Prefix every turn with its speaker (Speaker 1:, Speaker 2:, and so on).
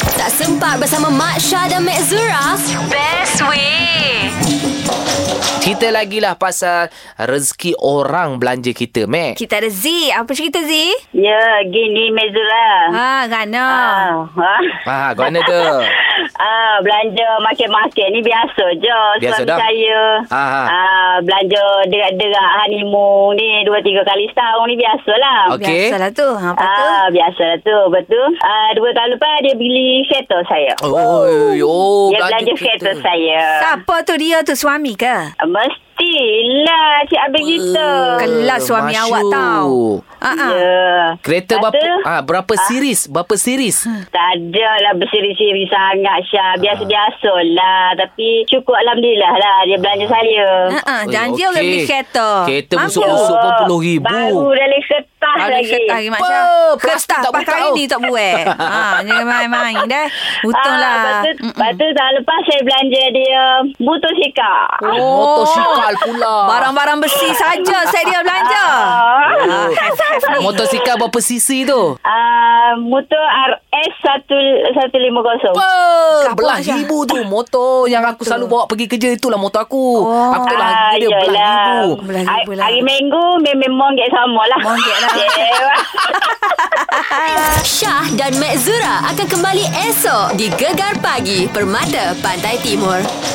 Speaker 1: Tak sempat bersama Mak Syah dan Mak Zura?
Speaker 2: Best way.
Speaker 3: Cerita lagi lah pasal rezeki orang belanja kita, Mac.
Speaker 1: Kita ada Z. Apa cerita Z?
Speaker 4: Ya, gini Mezura.
Speaker 1: Ha, Rana.
Speaker 4: Ah, ha.
Speaker 3: Ah, kau mana tu?
Speaker 4: Ah, belanja market-market ni biasa je.
Speaker 3: Biasa
Speaker 4: Suami
Speaker 3: dah.
Speaker 4: saya
Speaker 3: Ah, ah.
Speaker 4: ah, belanja derak-derak honeymoon ni dua tiga kali setahun ni biasalah.
Speaker 3: Okey.
Speaker 1: Biasalah tu. Ha, apa tu?
Speaker 4: Ah, biasalah tu. Betul. Ah, dua tahun lepas dia beli kereta saya.
Speaker 3: Oh, oh,
Speaker 4: dia belanja kereta saya.
Speaker 1: Siapa tu dia tu? Suami ke?
Speaker 4: Mestilah Cik Abang kita.
Speaker 1: Kelas
Speaker 3: Oh,
Speaker 1: suami
Speaker 3: Masya.
Speaker 1: awak tau. Ha, ha.
Speaker 4: Ya.
Speaker 3: Kereta
Speaker 4: Lepas
Speaker 3: berapa?
Speaker 4: tu, Hmm.
Speaker 3: Ah, berapa series? Berapa series?
Speaker 4: Tak ada lah bersiri-siri sangat Syah. Biasa-biasa lah. Tapi cukup Alhamdulillah lah dia belanja saya.
Speaker 1: Ha, ha.
Speaker 3: Oi,
Speaker 1: Janji orang
Speaker 3: okey.
Speaker 1: beli kereta.
Speaker 3: Kereta
Speaker 1: Mampu.
Speaker 3: busuk-busuk. pun RM10,000.
Speaker 4: Baru dari kertas
Speaker 1: Ada
Speaker 4: lagi.
Speaker 1: kertas lagi Mak
Speaker 3: Apa?
Speaker 1: Syah
Speaker 3: Plastik
Speaker 1: Kertas
Speaker 3: tak
Speaker 1: pakai
Speaker 3: buka,
Speaker 1: ni
Speaker 3: oh.
Speaker 1: tak buat ha, Jangan main-main dah lah. Untunglah
Speaker 4: Ah, lepas tu, lepas tu tahun lepas saya belanja dia motosikal.
Speaker 3: Oh, ya. Motosikal pula.
Speaker 1: Barang-barang besi saja saya dia belanja
Speaker 4: Ah.
Speaker 3: Oh. Motosikal berapa cc tu?
Speaker 4: Ah, motor RS 150.
Speaker 3: Apa?
Speaker 1: Kapur
Speaker 4: lah,
Speaker 3: Belah
Speaker 1: Aisyah.
Speaker 3: ribu tu motor yang aku selalu bawa pergi kerja itulah motor aku.
Speaker 1: Oh.
Speaker 3: Aku telah harga lah. dia belah ribu.
Speaker 1: Belah ribu
Speaker 4: Ah, Hari-
Speaker 1: lah.
Speaker 4: Hari minggu memang monggek sama lah.
Speaker 1: Monggek lah.
Speaker 4: Yeah.
Speaker 2: Syah dan Mek Zura akan kembali esok di Gegar Pagi Permata Pantai Timur.